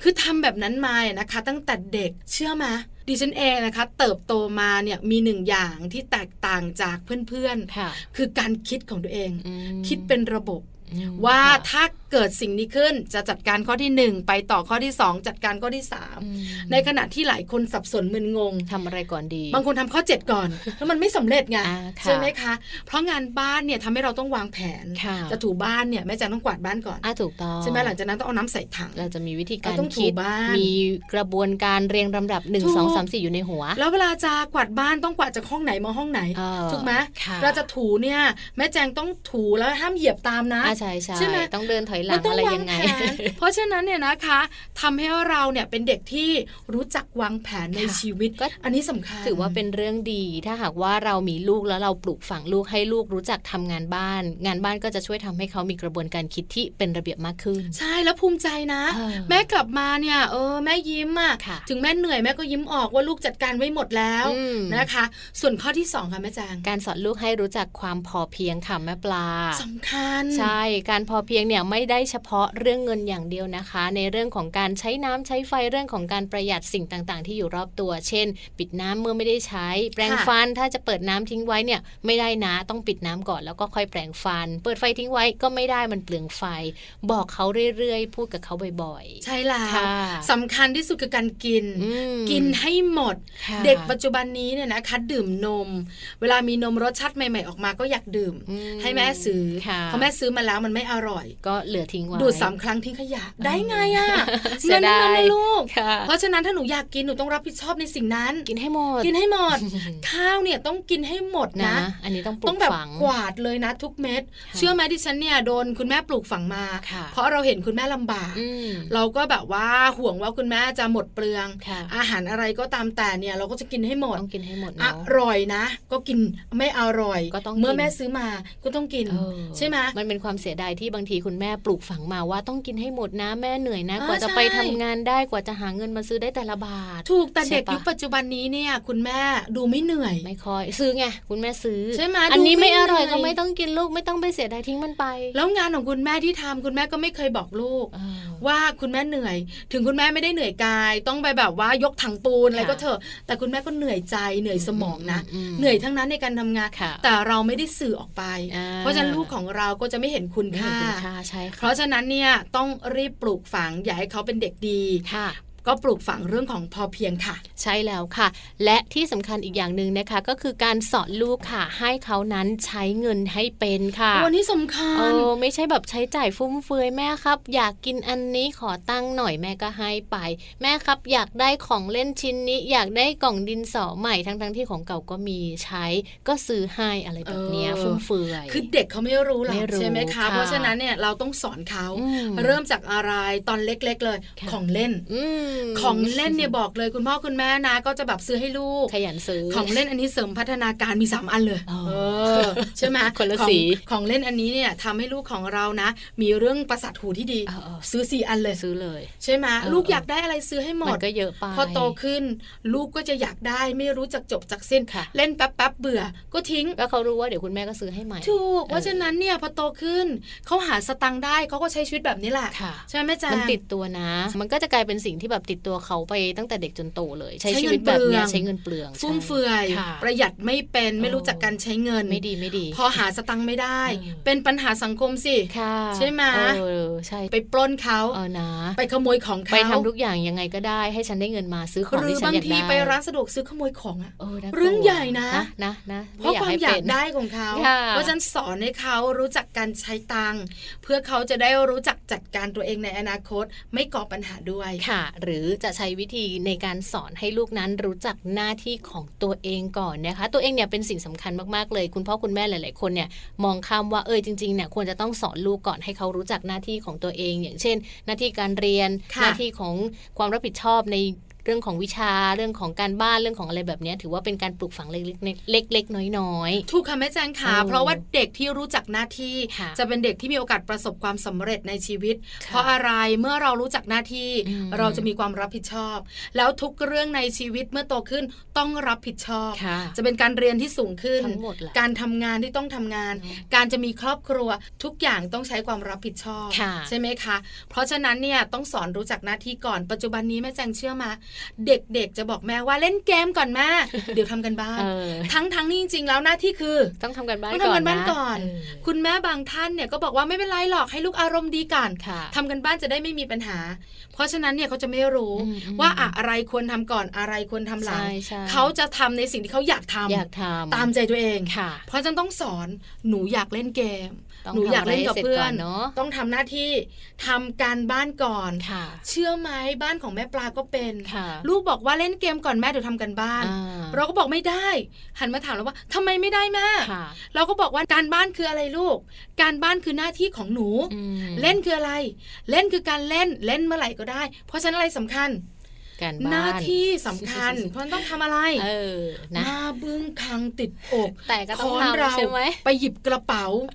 Speaker 3: คือทำแบบนั้นมาเนี่ยนะคะ ตั้งแต่เด็กเชื่อมาดิฉันเองนะคะ เติบโตมาเนี่ยมีหนึ่งอย่างที่แตกต่างจากเพื่อน
Speaker 2: ค่ะ
Speaker 3: ๆ คือการคิดของตัวเอง
Speaker 2: อืม
Speaker 3: คิดเป็นระบบ
Speaker 2: อืม
Speaker 3: ว่า
Speaker 2: ค่ะ
Speaker 3: ถ้าเกิดสิ่งนี้ขึ้นจะจัดการข้อทีหนึ่1 ไปต่อข้อที่ 2 จัดการข้อที่ 3 ในขณะที่หลายคนสับสนมึนงง
Speaker 2: ทำอะไรก่อนดี
Speaker 3: บางคนทำข้อ 7 ก่อน แล้วมันไม่สำเร็จไง
Speaker 2: อ่าค่ะ
Speaker 3: ใช่ไหมคะ เพราะงานบ้านเนี่ยทำให้เราต้องวางแผน
Speaker 2: ค่ะ
Speaker 3: จะถูบ้านเนี่ยแม่แจงต้องกวาดบ้านก่อน
Speaker 2: อ่ะถูกต้อง
Speaker 3: ใช่ไหมหลังจากนั้นต้องเอาน้ำใส่ถัง
Speaker 2: เราจะมีวิธีการ
Speaker 3: เราต้องถู
Speaker 2: คิด
Speaker 3: บ้าน
Speaker 2: มีกระบวนการเรียงลำดับหนึ่ง
Speaker 3: ถูก
Speaker 2: สองสามสี่อยู่ในหัว
Speaker 3: แล้วเวลาจะกวาดบ้านต้องกวาดจากห้องไหนมาห้องไหน
Speaker 2: เออ
Speaker 3: ถูกไหม
Speaker 2: ค่ะ
Speaker 3: เราจะถูเนี่ยแม่แจงต้องถูแล้วห้ามเหยียบตามนะ
Speaker 2: อ่ะ ใช่ใช่
Speaker 3: ใช่ไหม
Speaker 2: ต้องเดินถอยหลั
Speaker 3: มั
Speaker 2: ง
Speaker 3: นต้อ
Speaker 2: อะ
Speaker 3: ง
Speaker 2: ไร
Speaker 3: วา
Speaker 2: ยัง งไง
Speaker 3: แผน เพราะฉะนั้นเนี่ยนะคะทำให้เราเนี่ยเป็นเด็กที่รู้จักวางแผนใน
Speaker 2: ค่ะ
Speaker 3: ชีวิต
Speaker 2: ก็
Speaker 3: อันนี้สำคัญ
Speaker 2: ถือว่าเป็นเรื่องดี ถ้าหากว่าเรามีลูกแล้วเราปลูกฝังลูกให้ลูกรู้จักทำงานบ้าน งานบ้านก็จะช่วยทำให้เขามีกระบวนการคิดที่เป็นระเบียบมากขึ้น
Speaker 3: ใช่แล้วภูมิใจนะ
Speaker 2: เออ
Speaker 3: แม่กลับมาเนี่ยเออแม่ยิ้มอ่ะ
Speaker 2: ค่ะ
Speaker 3: ถึงแม่เหนื่อยแม่ก็ยิ้มออกว่าลูกจัดการไว้หมดแล้ว
Speaker 2: อืม
Speaker 3: นะคะ ส่วนข้อที่สองค่ะแม่จาง
Speaker 2: การสอนลูกให้รู้จักความพอเพียงค่ะแม่ปลา
Speaker 3: สำคัญ
Speaker 2: ใช่ การพอเพียงเนี่ยไม่ได้เฉพาะเรื่องเงินอย่างเดียวนะคะ ในเรื่องของการใช้น้ำใช้ไฟเรื่องของการประหยัดสิ่งต่างๆ ที่อยู่รอบตัว เช่น ปิดน้ำเมื่อไม่ได้ใช้ แปรง
Speaker 3: ค่ะ
Speaker 2: ฟันถ้าจะเปิดน้ำทิ้งไว้เนี่ยไม่ได้นะต้องปิดน้ำก่อนแล้วก็ค่อยแปรงฟัน เปิดไฟทิ้งไว้ก็ไม่ได้มันเปลืองไฟ บอกเขาเรื่อยๆ พูดกับเขาบ่อยๆ
Speaker 3: ใช่แล้ว
Speaker 2: ค่ะ
Speaker 3: สำคัญที่สุดคือการกิน
Speaker 2: อืม
Speaker 3: กินให้หมด
Speaker 2: ค่ะ
Speaker 3: เด็กปัจจุบันนี้เนี่ยนะคะดื่มนม เวลามีนมรสชาติใหม่ๆออกมาก็อยากดื่ม
Speaker 2: อื
Speaker 3: ให้แม่ซื้อ
Speaker 2: ค่ะ
Speaker 3: เพราะแม่ซื้อมาแล้วมันไม่อร่อย
Speaker 2: ก็เหลือทิ้งไว้
Speaker 3: ดูดสามครั้งทิ้งขยะ ได้ไงอะ่ะ
Speaker 2: เสีย
Speaker 3: เงินทั้งนั้น
Speaker 2: ดาย
Speaker 3: นะลูก
Speaker 2: ค่ะ
Speaker 3: เพราะฉะนั้นถ้าหนูอยากกินหนูต้องรับผิดชอบในสิ่งนั้น
Speaker 2: กินให้หมด
Speaker 3: กินให้หม ด ข้าวเนี่ยต้องกินให้หมด
Speaker 2: นะ
Speaker 3: นะ
Speaker 2: อันนี้ต้องปลู
Speaker 3: ต้อก งแบบ
Speaker 2: ฝัง
Speaker 3: กวาดเลยนะทุกเม็ด
Speaker 2: ค่ะ
Speaker 3: เชื่อไหมดิฉันเนี่ยโดนคุณแม่ปลูกฝังมา
Speaker 2: ค่ะ
Speaker 3: เพราะเราเห็นคุณแม่ลำบาก
Speaker 2: อืม
Speaker 3: เราก็แบบว่าห่วงว่าคุณแม่จะหมดเปลือง
Speaker 2: ค่ะ
Speaker 3: อาหารอะไรก็ตามแต่เนี่ยเราก็จะกินให้หมด
Speaker 2: ต้องกินให้หมด
Speaker 3: อ
Speaker 2: เนาะ
Speaker 3: ร่อยนะ ก็กินไม่อร่อย
Speaker 2: ก็ต้อง
Speaker 3: เมื่อ
Speaker 2: กิน
Speaker 3: แม่ซื้อมาก็ต้องกิน
Speaker 2: เออ
Speaker 3: ใช่ไหม
Speaker 2: มันเป็นความเสียดายที่บางทีคุณแม่ปลูกฝังมาว่าต้องกินให้หมดนะแม่เหนื่อยนะ
Speaker 3: เออก
Speaker 2: ว่าจะ
Speaker 3: ใช่
Speaker 2: ไปทำงานได้กว่าจะหาเงินมาซื้อได้แต่ละบาท
Speaker 3: ถูกแต่
Speaker 2: ใช่
Speaker 3: เด็ก
Speaker 2: ปะ
Speaker 3: ยุคปัจจุบันนี้เนี่ยคุณแม่ดูไม่เหนื่อย
Speaker 2: ไม่ค่อยซื้อไงคุณแม่ซื้อ
Speaker 3: ใช่ไหม
Speaker 2: อันนี้
Speaker 3: ดูไม่
Speaker 2: ไม่อร่อย
Speaker 3: เหนื่อย
Speaker 2: ก็ไม่ต้องกินลูกไม่ต้องไปเสียดายทิ้งมันไป
Speaker 3: แล้วงานของคุณแม่ที่ทำคุณแม่ก็ไม่เคยบอกลูก
Speaker 2: เออ
Speaker 3: ว่าคุณแม่เหนื่อย ถึงคุณแม่ไม่ได้เหนื่อยกาย ต้องไปแบบว่ายกถังปูนอะไร
Speaker 2: ค่ะ
Speaker 3: ก็เถอะ แต่คุณแม่ก็เหนื่อยใจเหนื่อยสมองนะ
Speaker 2: ม
Speaker 3: เหนื่อยทั้งนั้นในการทำงาน
Speaker 2: ค่ะ
Speaker 3: แต่เราไม่ได้สื่อออกไป
Speaker 2: อ่า
Speaker 3: เพราะฉะนั้นลูกของเราก็จะไม่เห็นคุณ
Speaker 2: ไม่เห็น
Speaker 3: ค่า
Speaker 2: คุณค่าใช่
Speaker 3: เพ
Speaker 2: ค่ะ
Speaker 3: ราะฉะนั้นเนี่ยต้องรีบปลูกฝังอย่าให้เขาเป็นเด็กดี
Speaker 2: ค่ะ
Speaker 3: ก็ปลูกฝังเรื่องของพอเพียงค่ะ
Speaker 2: ใช่แล้วค่ะ และที่สำคัญอีกอย่างหนึ่งนะคะ ก็คือการสอนลูกค่ะ ให้เขานั้นใช้เงินให้เป็นค่ะ
Speaker 3: วันนี้สำคั
Speaker 2: เอ
Speaker 3: ญ
Speaker 2: อไม่ใช่แบบใช้จ่ายฟุ่มเฟือยแม่ครับ อยากกินอันนี้ขอตั้งค์หน่อยแม่ก็ให้ไป แม่ครับอยากได้ของเล่นชิ้นนี้ อยากได้กล่องดินสอใหม่ทั้งๆทที่ของเก่าก็มีใช้ ก็ซื้อให้อะไรแบบเนี้ย
Speaker 3: เออ
Speaker 2: ฟุ่มเฟือย
Speaker 3: คือเด็กเขาไม่รู้หรอ
Speaker 2: ไม่
Speaker 3: ก
Speaker 2: รู้
Speaker 3: ใช่ไหมคะ
Speaker 2: ค่ะ
Speaker 3: เพราะฉะนั้นเนี่ยเราต้องสอนเขา
Speaker 2: อืม
Speaker 3: เริ่มจากอะไรตอนเล็กๆเลย
Speaker 2: ค่ะ
Speaker 3: ของเล่น
Speaker 2: อืม
Speaker 3: ของเล่นเนี่ยบอกเลยคุณพ่อคุณแม่นะ ก็จะแบบซื้อให้ลูก
Speaker 2: ขยันซื้อ
Speaker 3: ของเล่นอันนี้เสริมพัฒนาการมี 3 อันเลย
Speaker 2: อ๋อ
Speaker 3: เออใช่ไหม
Speaker 2: คนละ
Speaker 3: ของ
Speaker 2: สี
Speaker 3: ของเล่นอันนี้เนี่ยทำให้ลูกของเรานะ มีเรื่องประสาทหูที่ดี
Speaker 2: เออเออ
Speaker 3: ซื้อสี่อันเลย
Speaker 2: ซื้อเลย
Speaker 3: ใช่ไหม
Speaker 2: เออ
Speaker 3: ลูกอยากได้อะไรซื้อให้หม
Speaker 2: มั
Speaker 3: ด
Speaker 2: นก็เยอะไป
Speaker 3: พอโตขึ้น ลูกก็จะอยากได้ไม่รู้จักจบจักสิ้น
Speaker 2: ค่ะ
Speaker 3: เล่นแป๊บแป๊บๆเบื่อก็ทิ้ง
Speaker 2: ก็เขารู้ว่าเดี๋ยวคุณแม่ก็ซื้อให้ใหม่
Speaker 3: ถู
Speaker 2: เอ
Speaker 3: ก
Speaker 2: อ
Speaker 3: เพราะฉะนั้นเนี่ยพอโตขึ้นเขาหาสตังค์ได้เขาก็ใช้ชีวิตแบบนี้แหละ
Speaker 2: ค่ะ
Speaker 3: ใช่ไหมแม่จ๊ะ
Speaker 2: มันติดตัวนะ มันก็จะกลายเป็นสิ่งที่แบบติดตัวเขาไปตั้งแต่เด็กจนโตเลย ใช้
Speaker 3: ใช้
Speaker 2: ชี
Speaker 3: เงิน
Speaker 2: วิตแบบเนี้ย
Speaker 3: เปลือง
Speaker 2: ใช้เงินเปลือง
Speaker 3: ฟุ่มเฟือย
Speaker 2: ค่ะ
Speaker 3: ประหยัดไม่เป็นไม่รู้จักการใช้เงิน
Speaker 2: ไม่ดีไม่ดี
Speaker 3: พอหาสตังค์ไม่ได้
Speaker 2: เออ
Speaker 3: เป็นปัญหาสังคมสิ
Speaker 2: ค่ะ
Speaker 3: ใช่ไหม
Speaker 2: เออใช่
Speaker 3: ไปปล้นเขา
Speaker 2: เออนะ
Speaker 3: ไปขโมยของเขา
Speaker 2: ไปทำทุกอย่างยังไงก็ได้ ให้ฉันได้เงินมาซื้อของ
Speaker 3: หรือ
Speaker 2: ที่ฉั
Speaker 3: บานง
Speaker 2: อยาก
Speaker 3: ที
Speaker 2: ได้
Speaker 3: ไปร้านสะดวกซื้อขโมยของอะ
Speaker 2: เออน่ากลัว
Speaker 3: เรื่องใหญ่นะ
Speaker 2: นะนะ
Speaker 3: เพราะความอยากได้
Speaker 2: ม่
Speaker 3: ของเขา
Speaker 2: ค่ะ
Speaker 3: เพราะฉะนันสอนให้เขารู้จักการใช้ตังค์เพื่อเขาจะได้รู้จักจัดการตัวเองในอนาคต ไม่ก่อปัญหาด้วย
Speaker 2: ค่ะ หรือจะใช้วิธีในการสอนให้ลูกนั้นรู้จักหน้าที่ของตัวเองก่อนนะคะ ตัวเองเนี่ยเป็นสิ่งสำคัญมากๆเลย คุณพ่อคุณแม่หลาย ๆ คนเนี่ยมองข้ามว่าเออจริงๆเนี่ยควรจะต้องสอนลูกก่อนให้เขารู้จักหน้าที่ของตัวเอง อย่างเช่น หน้าที่การเรียน
Speaker 3: ค่ะ
Speaker 2: หน้าที่ของความรับผิดชอบในเรื่องของวิชาเรื่องของการบ้านเรื่องของอะไรแบบเนี้ยถือว่าเป็นการปลูกฝังเล็กๆเล็กๆน้อย
Speaker 3: ถูกค่ะแม่แจงค่ะ
Speaker 2: เออ
Speaker 3: เพราะว่าเด็กที่รู้จักหน้าที่
Speaker 2: ค่ะ
Speaker 3: จะเป็นเด็กที่มีโอกาสประสบความสำเร็จในชีวิต
Speaker 2: ค่ะ
Speaker 3: เพราะอะไรเมื่อเรารู้จักหน้าที่
Speaker 2: อืม
Speaker 3: เราจะมีความรับผิดชอบ แล้วทุกเรื่องในชีวิตเมื่อโตขึ้นต้องรับผิดชอบ
Speaker 2: ค่ะ
Speaker 3: จะเป็นการเรียนที่สูงขึ้น
Speaker 2: ทั้งหมดแหละ
Speaker 3: การทำงานที่ต้องทำงาน
Speaker 2: เนอะ
Speaker 3: การจะมีครอบครัวทุกอย่างต้องใช้ความรับผิดชอบ
Speaker 2: ค่ะ
Speaker 3: ใช่ไหมคะ เพราะฉะนั้นเนี่ยต้องสอนรู้จักหน้าที่ก่อนปัจจุบันนี้แม่แจงเชื่อมา เด็กๆจะบอกแม่ว่าเล่นเกมก่อนแม่ เดี๋ยวทำกันบ้า
Speaker 2: ๆ
Speaker 3: น
Speaker 2: เออ
Speaker 3: ทั้งๆนี่จริงๆแล้วหน้าที่คือ
Speaker 2: ต้องทำกันบ้าน
Speaker 3: ต้อง
Speaker 2: ก่อ
Speaker 3: ทำกัน นบ้านะ ก่อน
Speaker 2: เ
Speaker 3: คุณแม่บางท่านเนี่ยก็บอกว่าไม่เป็นไรหรอกให้ลูกอารมณ์ดีก่อน
Speaker 2: ค่ะ
Speaker 3: ทำกันบ้านจะได้ไม่มีปัญหา เพราะฉะนั้นเนี่ยเขาจะไม่รู้
Speaker 2: อืมอืม
Speaker 3: ว่าอะไรควรทำก่อนอะไรควรทำหลัง
Speaker 2: ใช่ใช่
Speaker 3: เขาจะทำในสิ่งที่เขาอยากทำ
Speaker 2: อยากทำ
Speaker 3: ตามใจตัวเอง
Speaker 2: ค่ะ
Speaker 3: เพราะฉะนันต้องสอนหนูอยากเล่นเกม
Speaker 2: ต้อง
Speaker 3: หนูอยากเล่นกับเพื่อ
Speaker 2: ทำอะไรให้เสร็จก่อน นเนอะ
Speaker 3: ต้องทำหน้าที่ทำการบ้านก่อน
Speaker 2: ค่ะ
Speaker 3: เชื่อไหมบ้านของแม่ปลาก็เป็น
Speaker 2: ค่ะ ค่ะ
Speaker 3: ลูกบอกว่าเล่นเกมก่อนแม่เดี๋ยวทำกันบ้าน
Speaker 2: อ่
Speaker 3: เราก็บอกไม่ได้ หันมาถามเราว่าทำไมไม่ได้แม่
Speaker 2: ค่ะ
Speaker 3: เราก็บอกว่าการบ้านคืออะไรลูก การบ้านคือหน้าที่ของหนู
Speaker 2: อืม
Speaker 3: เล่นคืออะไร เล่นคือการเล่นเล่นเมื่อไหร่ก็ได้ เพราะฉะนั้นอะไรสำคัญ
Speaker 2: การบ้าน
Speaker 3: หน้าที่สำคั ญ เพราะฉะนั้นต้องทำอะไร
Speaker 2: เออนะ
Speaker 3: หน้าบึ้งคังติดอก
Speaker 2: แต่ก็ต้อง
Speaker 3: คนเรา
Speaker 2: ทำใช่ไหม
Speaker 3: ไปหยิบกระเป๋า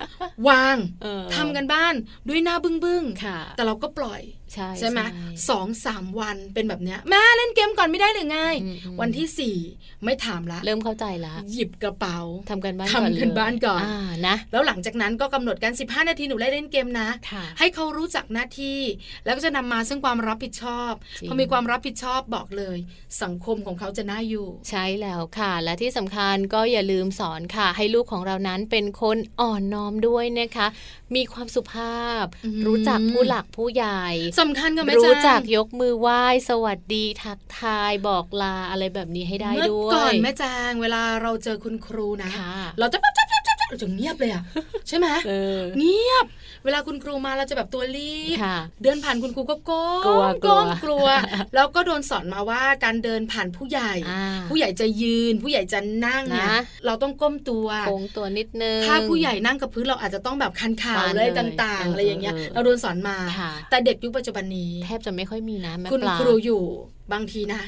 Speaker 3: วาง
Speaker 2: เออ
Speaker 3: ทำกันบ้านด้วยหน้าบึ้งบึ้งๆ
Speaker 2: ค่ะ
Speaker 3: แต่เราก็ปล่อย
Speaker 2: ใช่
Speaker 3: ใช่ไหมสองสามวันเป็นแบบเนี้ยแม่เล่นเกมก่อนไม่ได้หรือไง
Speaker 2: อืมอืม
Speaker 3: วันที่สี่ไม่ถามละ
Speaker 2: เริ่มเข้าใจละ
Speaker 3: หยิบกระเป๋า
Speaker 2: ทำกันบ้าน
Speaker 3: ทำกันบ้านก่อน
Speaker 2: อ่านะ
Speaker 3: แล้วหลังจากนั้นก็กำหนดกัน 15 นาทีหนูได้เล่นเกมนะ
Speaker 2: ค่ะ
Speaker 3: ให้เขารู้จักหน้าที่ แล้วก็จะนำมาซึ่งความรับผิดชอบ
Speaker 2: จริง
Speaker 3: พอมีความรับผิดชอบบอกเลย สังคมของเขาจะน่าอยู่
Speaker 2: ใช่แล้วค่ะ และที่สำคัญก็อย่าลืมสอนค่ะ ให้ลูกของเรานั้นเป็นคนอ่อนน้อมด้วยนะคะ มีความสุภาพ
Speaker 3: อืม
Speaker 2: รู้จักผู้หลักผู้ใหญ่
Speaker 3: สำคัญกับแม่
Speaker 2: รู้จัก
Speaker 3: แจง
Speaker 2: ยกมือไหว้สวัสดีทักทายบอกลาอะไรแบบนี้ให้ได้
Speaker 3: เมื่อ
Speaker 2: ด้วย
Speaker 3: ก่อนแม่แจางเวลาเราเจอคุณครูนะ
Speaker 2: ค่ะ
Speaker 3: เราจะปั๊บปั๊บปั๊บปั๊บปั๊บเราจะเงียบเลยอะใช่ไหม
Speaker 2: เออ
Speaker 3: เงียบ เวลาคุณครูมาเราจะแบบตัวรีบ
Speaker 2: ค่ะ
Speaker 3: เดินผ่านคุณครูก็ก้ม
Speaker 2: กลัวกลัว
Speaker 3: ก้มกลัว แล้วก็โดนสอนมาว่าการเดินผ่านผู้ใหญ่
Speaker 2: อ่า
Speaker 3: ผู้ใหญ่จะยืน ผู้ใหญ่จะนั่งเนี่ย
Speaker 2: นะ
Speaker 3: เราต้องก้มตัว
Speaker 2: โค้งตัวนิดนึง
Speaker 3: ถ้าผู้ใหญ่นั่งกับพื้นเราอาจจะต้องแบบคันข่าว
Speaker 2: คาน
Speaker 3: เล
Speaker 2: เลย
Speaker 3: ยต่าง ๆ
Speaker 2: เออ
Speaker 3: อะไรอย่างเงี้ย
Speaker 2: เออเออ
Speaker 3: เราโดนสอนมา
Speaker 2: ค่ะ
Speaker 3: แต่เด็กยุคปัจจุบันนี้
Speaker 2: แทบจะไม่ค่อยมีนะแม่
Speaker 3: คุณ
Speaker 2: ปลา
Speaker 3: ครูอยู่บางทีนะ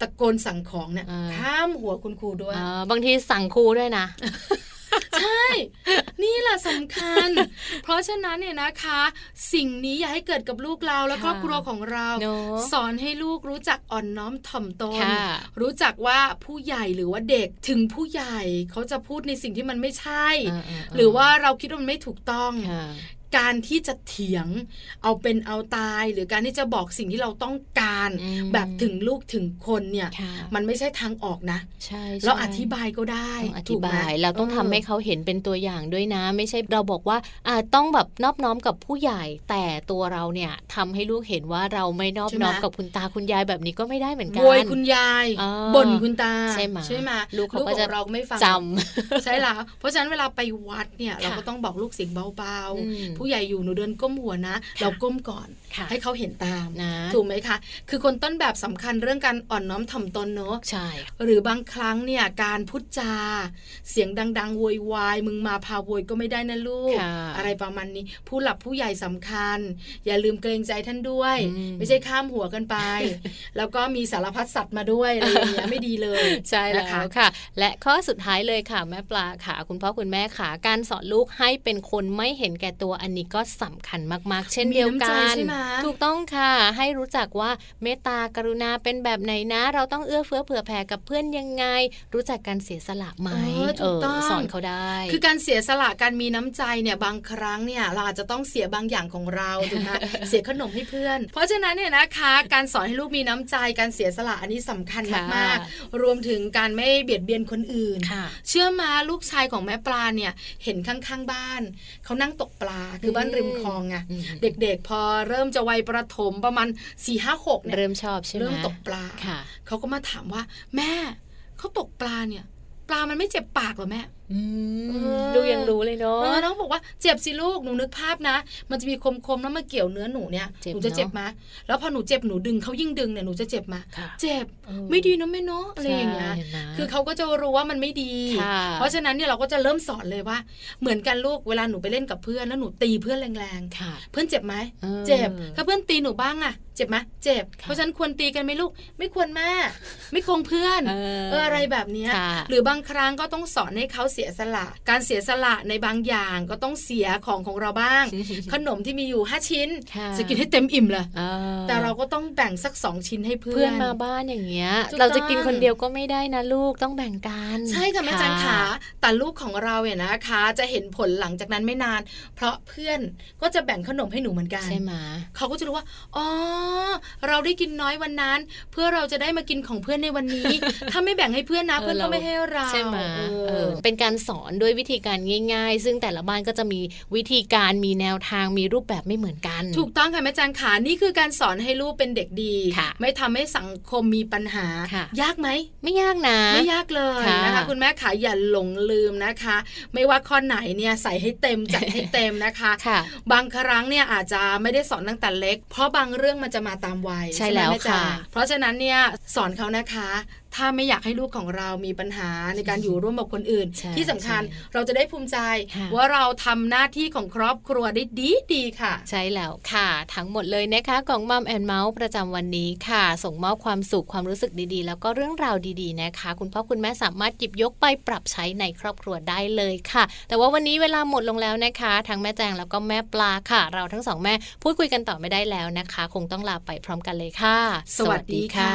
Speaker 3: ตะโกนสั่งของเนี่ย
Speaker 2: อ่า
Speaker 3: ข้ามหัวคุณครูด้วย
Speaker 2: เออบางทีสั่งครูด้วยนะ
Speaker 3: ใช่ นี่แหละสำคัญ เพราะฉะนั้นเนี่ยนะคะ สิ่งนี้อย่าให้เกิดกับลูกเราและ
Speaker 2: ค่ะ
Speaker 3: ครอบครัวของเรา
Speaker 2: เนอะ
Speaker 3: สอนให้ลูกรู้จักอ่อนน้อมถ่อมตน
Speaker 2: ค่ะ
Speaker 3: รู้จักว่าผู้ใหญ่หรือว่าเด็กถึงผู้ใหญ่เขาจะพูดในสิ่งที่มันไม่ใช่
Speaker 2: เออเออเออ
Speaker 3: หรือว่าเราคิดว่ามันไม่ถูกต้อง
Speaker 2: ค่ะ
Speaker 3: การที่จะเถียง เอาเป็นเอาตาย หรือการที่จะบอกสิ่งที่เราต้องการ
Speaker 2: อืม
Speaker 3: แบบถึงลูกถึงคนเนี่ย
Speaker 2: ค่ะ
Speaker 3: มันไม่ใช่ทางออกนะ
Speaker 2: ใช่
Speaker 3: เรา
Speaker 2: ใช่
Speaker 3: อธิบายก็ได้
Speaker 2: ต้องอธิบา
Speaker 3: ถูก
Speaker 2: ย
Speaker 3: ไหม
Speaker 2: เราต้องทำให้
Speaker 3: เ
Speaker 2: เขาเห็นเป็นตัวอย่างด้วยนะ ไม่ใช่เราบอกว่าอ่าต้องแบบนอบน้อมกับผู้ใหญ่ แต่ตัวเราเนี่ยทำให้ลูกเห็นว่าเราไม่นอบ
Speaker 3: ใช่ไหม
Speaker 2: น้อมกับคุณตาคุณยายแบบนี้ก็ไม่ได้เหมือนกั
Speaker 3: โวย
Speaker 2: น
Speaker 3: คุณยาย
Speaker 2: อ่า
Speaker 3: บ่นคุณตา
Speaker 2: ใช่ไหม
Speaker 3: ไหม
Speaker 2: ลูกเขาก็
Speaker 3: ของ
Speaker 2: จะ
Speaker 3: เราไม่ฟัง
Speaker 2: จ
Speaker 3: ใช่แล้วเพราะฉะนั้นเวลาไปวัดเนี่ย
Speaker 2: ค่ะ
Speaker 3: เราก็ต้องบอกลูกเสียงเบา
Speaker 2: อืม
Speaker 3: ๆ ผู้ใหญ่อยู่หนูเดินก้มหัวนะ เราก้มก่อน
Speaker 2: ำค่ะ
Speaker 3: ให้เขาเห็นตาม
Speaker 2: นะ
Speaker 3: ถูกไหมคะ คือคนต้นแบบสำคัญเรื่องการอ่อนน้อมถ่อมตนเนอะ
Speaker 2: ใช่
Speaker 3: หรือบางครั้งเนี่ยการพูดจา เสียงดังๆโวยวายมึงมาพาโวยก็ไม่ได้นะลูก
Speaker 2: ค่ะ
Speaker 3: อะไรประมาณนี้ ผู้หลับผู้ใหญ่สำคัญ อย่าลืมเกรงใจท่านด้วย
Speaker 2: อืม
Speaker 3: ไม่ใช่ข้ามหัวกันไป แล้วก็มีสารพัดสัตว์มาด้วยอะไรอย่างเงี้ยไม่ดีเลย
Speaker 2: ใช่แล้
Speaker 3: นะ
Speaker 2: ว
Speaker 3: คะ
Speaker 2: ค่ะ และข้อสุดท้ายเลยค่ะ แม่ปลาค่ะ คุณพ่อคุณแม่ค่ะ การสอนลูกให้เป็นคนไม่เห็นแก่ตัวอันนี้ก็สำคัญมาก ๆ เช่นเดียวกั
Speaker 3: มี
Speaker 2: น
Speaker 3: น้ำใจใช่ไหม
Speaker 2: ถูกต้องค่ะ ให้รู้จักว่าเมตตากรุณาเป็นแบบไหนนะ เราต้องเอื้อเฟื้อเผื่อแผ่กับเพื่อนยังไง รู้จักการเสียสละไหม
Speaker 3: เออถูกต้อง
Speaker 2: เสอนเขาได้
Speaker 3: คือการเสียสละการมีน้ำใจเนี่ยบางครั้งเนี่ยเราอาจจะต้องเสียบางอย่างของเราถูกไหม เสียขนมให้เพื่อน เพราะฉะนั้นเนี่ยนะคะ การสอนให้ลูกมีน้ำใจ การเสียสละอันนี้สำคัญ
Speaker 2: ค่ะ
Speaker 3: มากๆรวมถึงการไม่เบียดเบียนคนอื่น
Speaker 2: ค่ะ
Speaker 3: เชื่อมาลูกชายของแม่ปลาเนี่ยเห็นข้างๆบ้าน เขานั่งตกปลาคือบ้าน
Speaker 2: อืม
Speaker 3: ริมคลองไง
Speaker 2: อืม
Speaker 3: เด็กๆ พอเริ่มจะวัยประถมประมาณ4ี่ห้าหกเนี่ย
Speaker 2: เริ่มชอบใช่ไหม
Speaker 3: เริ่มตกปลา
Speaker 2: ค่ะ
Speaker 3: เขาก็มาถามว่า แม่เขาตกปลาเนี่ย ปลามันไม่เจ็บปากเหรอแม่
Speaker 2: อืม
Speaker 3: เออ
Speaker 2: ลูกยังรู้เลย
Speaker 3: เอ
Speaker 2: เนาะ
Speaker 3: อน้องบอกว่าเจ็บสิลูกหนูนึกภาพนะ มันจะมีคมๆแล้วมาเกี่ยวเนื้อหนูเนี่ย
Speaker 2: เจ็บ
Speaker 3: หนู
Speaker 2: เน
Speaker 3: จะ
Speaker 2: อะ
Speaker 3: เจ็บไหมแล้วพอหนูเจ็บหนูดึงเขายิ่งดึงเนี่ยหนูจะเจ็บไหม
Speaker 2: ค่ะ
Speaker 3: เจ็บ
Speaker 2: เออ
Speaker 3: ไม่ดีนะแม่เนาะอะไรอย่างเงี้ย
Speaker 2: ใช่ห็นไหม
Speaker 3: คือเขาก็จะรู้ว่ามันไม่ดี
Speaker 2: ค่ะ
Speaker 3: เพราะฉะนั้นเนี่ยเราก็จะเริ่มสอนเลยว่า เหมือนกันลูกเวลาหนูไปเล่นกับเพื่อนแล้วหนูตีเพื่อนแรง
Speaker 2: ค่ะ
Speaker 3: ๆ เพื่อนเจ็บไหม
Speaker 2: ออ
Speaker 3: เจ็บ ถ้าเพื่อนตีหนูบ้างอะเจ็บไหมเจ็บ
Speaker 2: ค่ะ
Speaker 3: เพราะฉะนั้นควรตีกันไหมลูก ไม่ควรแม่ ไม่โกงเพื่อน
Speaker 2: เอ
Speaker 3: เอออะไรแบบเนี้ย
Speaker 2: ค่ะ
Speaker 3: หรือบางครั้งก็ต้องสอนให้เขาเสียสละ การเสียสละในบางอย่างก็ต้องเสียของของเรา บ้าง ขนมที่มีอยู่ 5 ชิ้น
Speaker 2: ค่ะ
Speaker 3: จะกินให้เต็มอิ่มเลย
Speaker 2: เออ
Speaker 3: แต่เราก็ต้องแบ่งสัก 2 ชิ้นให้เพื่อน
Speaker 2: เพื่อนมาบ้านอย่างเงี้ย
Speaker 3: ถูก
Speaker 2: เราจะกิน
Speaker 3: ต้อง
Speaker 2: คนเดียวก็ไม่ได้นะลูกต้องแบ่งกัน
Speaker 3: ใช่ค่ะแม่จันขาแต่ลูกของเราเนี่ยนะคะ จะเห็นผลหลังจากนั้นไม่นาน เพราะเพื่อนก็จะแบ่งขนมให้หนูเหมือนกัน
Speaker 2: ใช่ไหม
Speaker 3: เขาก็จะรู้ว่าอ๋อเราได้กินน้อยวันนั้น เพื่อเราจะได้มากินของเพื่อนในวันนี้ ถ้าไม่แบ่งให้เพื่อนนะเพื่อนก็ไม่ให้เรา
Speaker 2: ใช่ไหม
Speaker 3: เอ
Speaker 2: เอ
Speaker 3: อ
Speaker 2: อเป็นการ การสอนด้วยวิธีการง่าย ๆ ซึ่งแต่ละบ้านก็จะมีวิธีการมีแนวทางมีรูปแบบไม่เหมือนกัน
Speaker 3: ถูกต้องค่ะแม่แจงขานี่คือการสอนให้ลูกเป็นเด็กดี
Speaker 2: ค่ะ
Speaker 3: ไม่ทำให้สังคมมีปัญหา
Speaker 2: ค่ะ
Speaker 3: ยากไหม
Speaker 2: ไม่ยากนะ
Speaker 3: ไม่ยากเลย
Speaker 2: ค่ะ
Speaker 3: นะคะ คุณแม่ขาอย่าหลงลืมนะคะ ไม่ว่าข้อไหนเนี่ยใส่ให้เต็ม จัดให้เต็มนะคะ
Speaker 2: ค่ะ
Speaker 3: บางครั้งเนี่ยอาจจะไม่ได้สอนตั้งแต่เล็ก เพราะบางเรื่องมันจะมาตามวัย
Speaker 2: ใช่
Speaker 3: ไหม
Speaker 2: แล้ว
Speaker 3: ม่จ๋า
Speaker 2: ค่ะ
Speaker 3: เพราะฉะนั้นเนี่ยสอนเขานะคะ ถ้าไม่อยากให้ลูกของเรามีปัญหาในการอยู่ร่วมกับคนอื่น
Speaker 2: ใช่
Speaker 3: ที่สำคัญ
Speaker 2: ใช่
Speaker 3: เราจะได้ภูมิใจ
Speaker 2: ค่ะ
Speaker 3: ว่าเราทำหน้าที่ของครอบครัวได้ดีดีๆค่ะ
Speaker 2: ใช่แล้วค่ะ ทั้งหมดเลยนะคะของมัมแอนเมาส์ประจำวันนี้ค่ะ ส่งมอบความสุขความรู้สึกดีๆ แล้วก็เรื่องราวดีๆนะคะ คุณพ่อคุณแม่สามารถหยิบยกไปปรับใช้ในครอบครัวได้เลยค่ะ แต่ว่าวันนี้เวลาหมดลงแล้วนะคะ ทั้งแม่แจงแล้วก็แม่ปลาค่ะ เราทั้งสองแม่พูดคุยกันต่อไม่ได้แล้วนะคะ คงต้องลาไปพร้อมกันเลยค่ะ
Speaker 3: สวัสดีค่ะ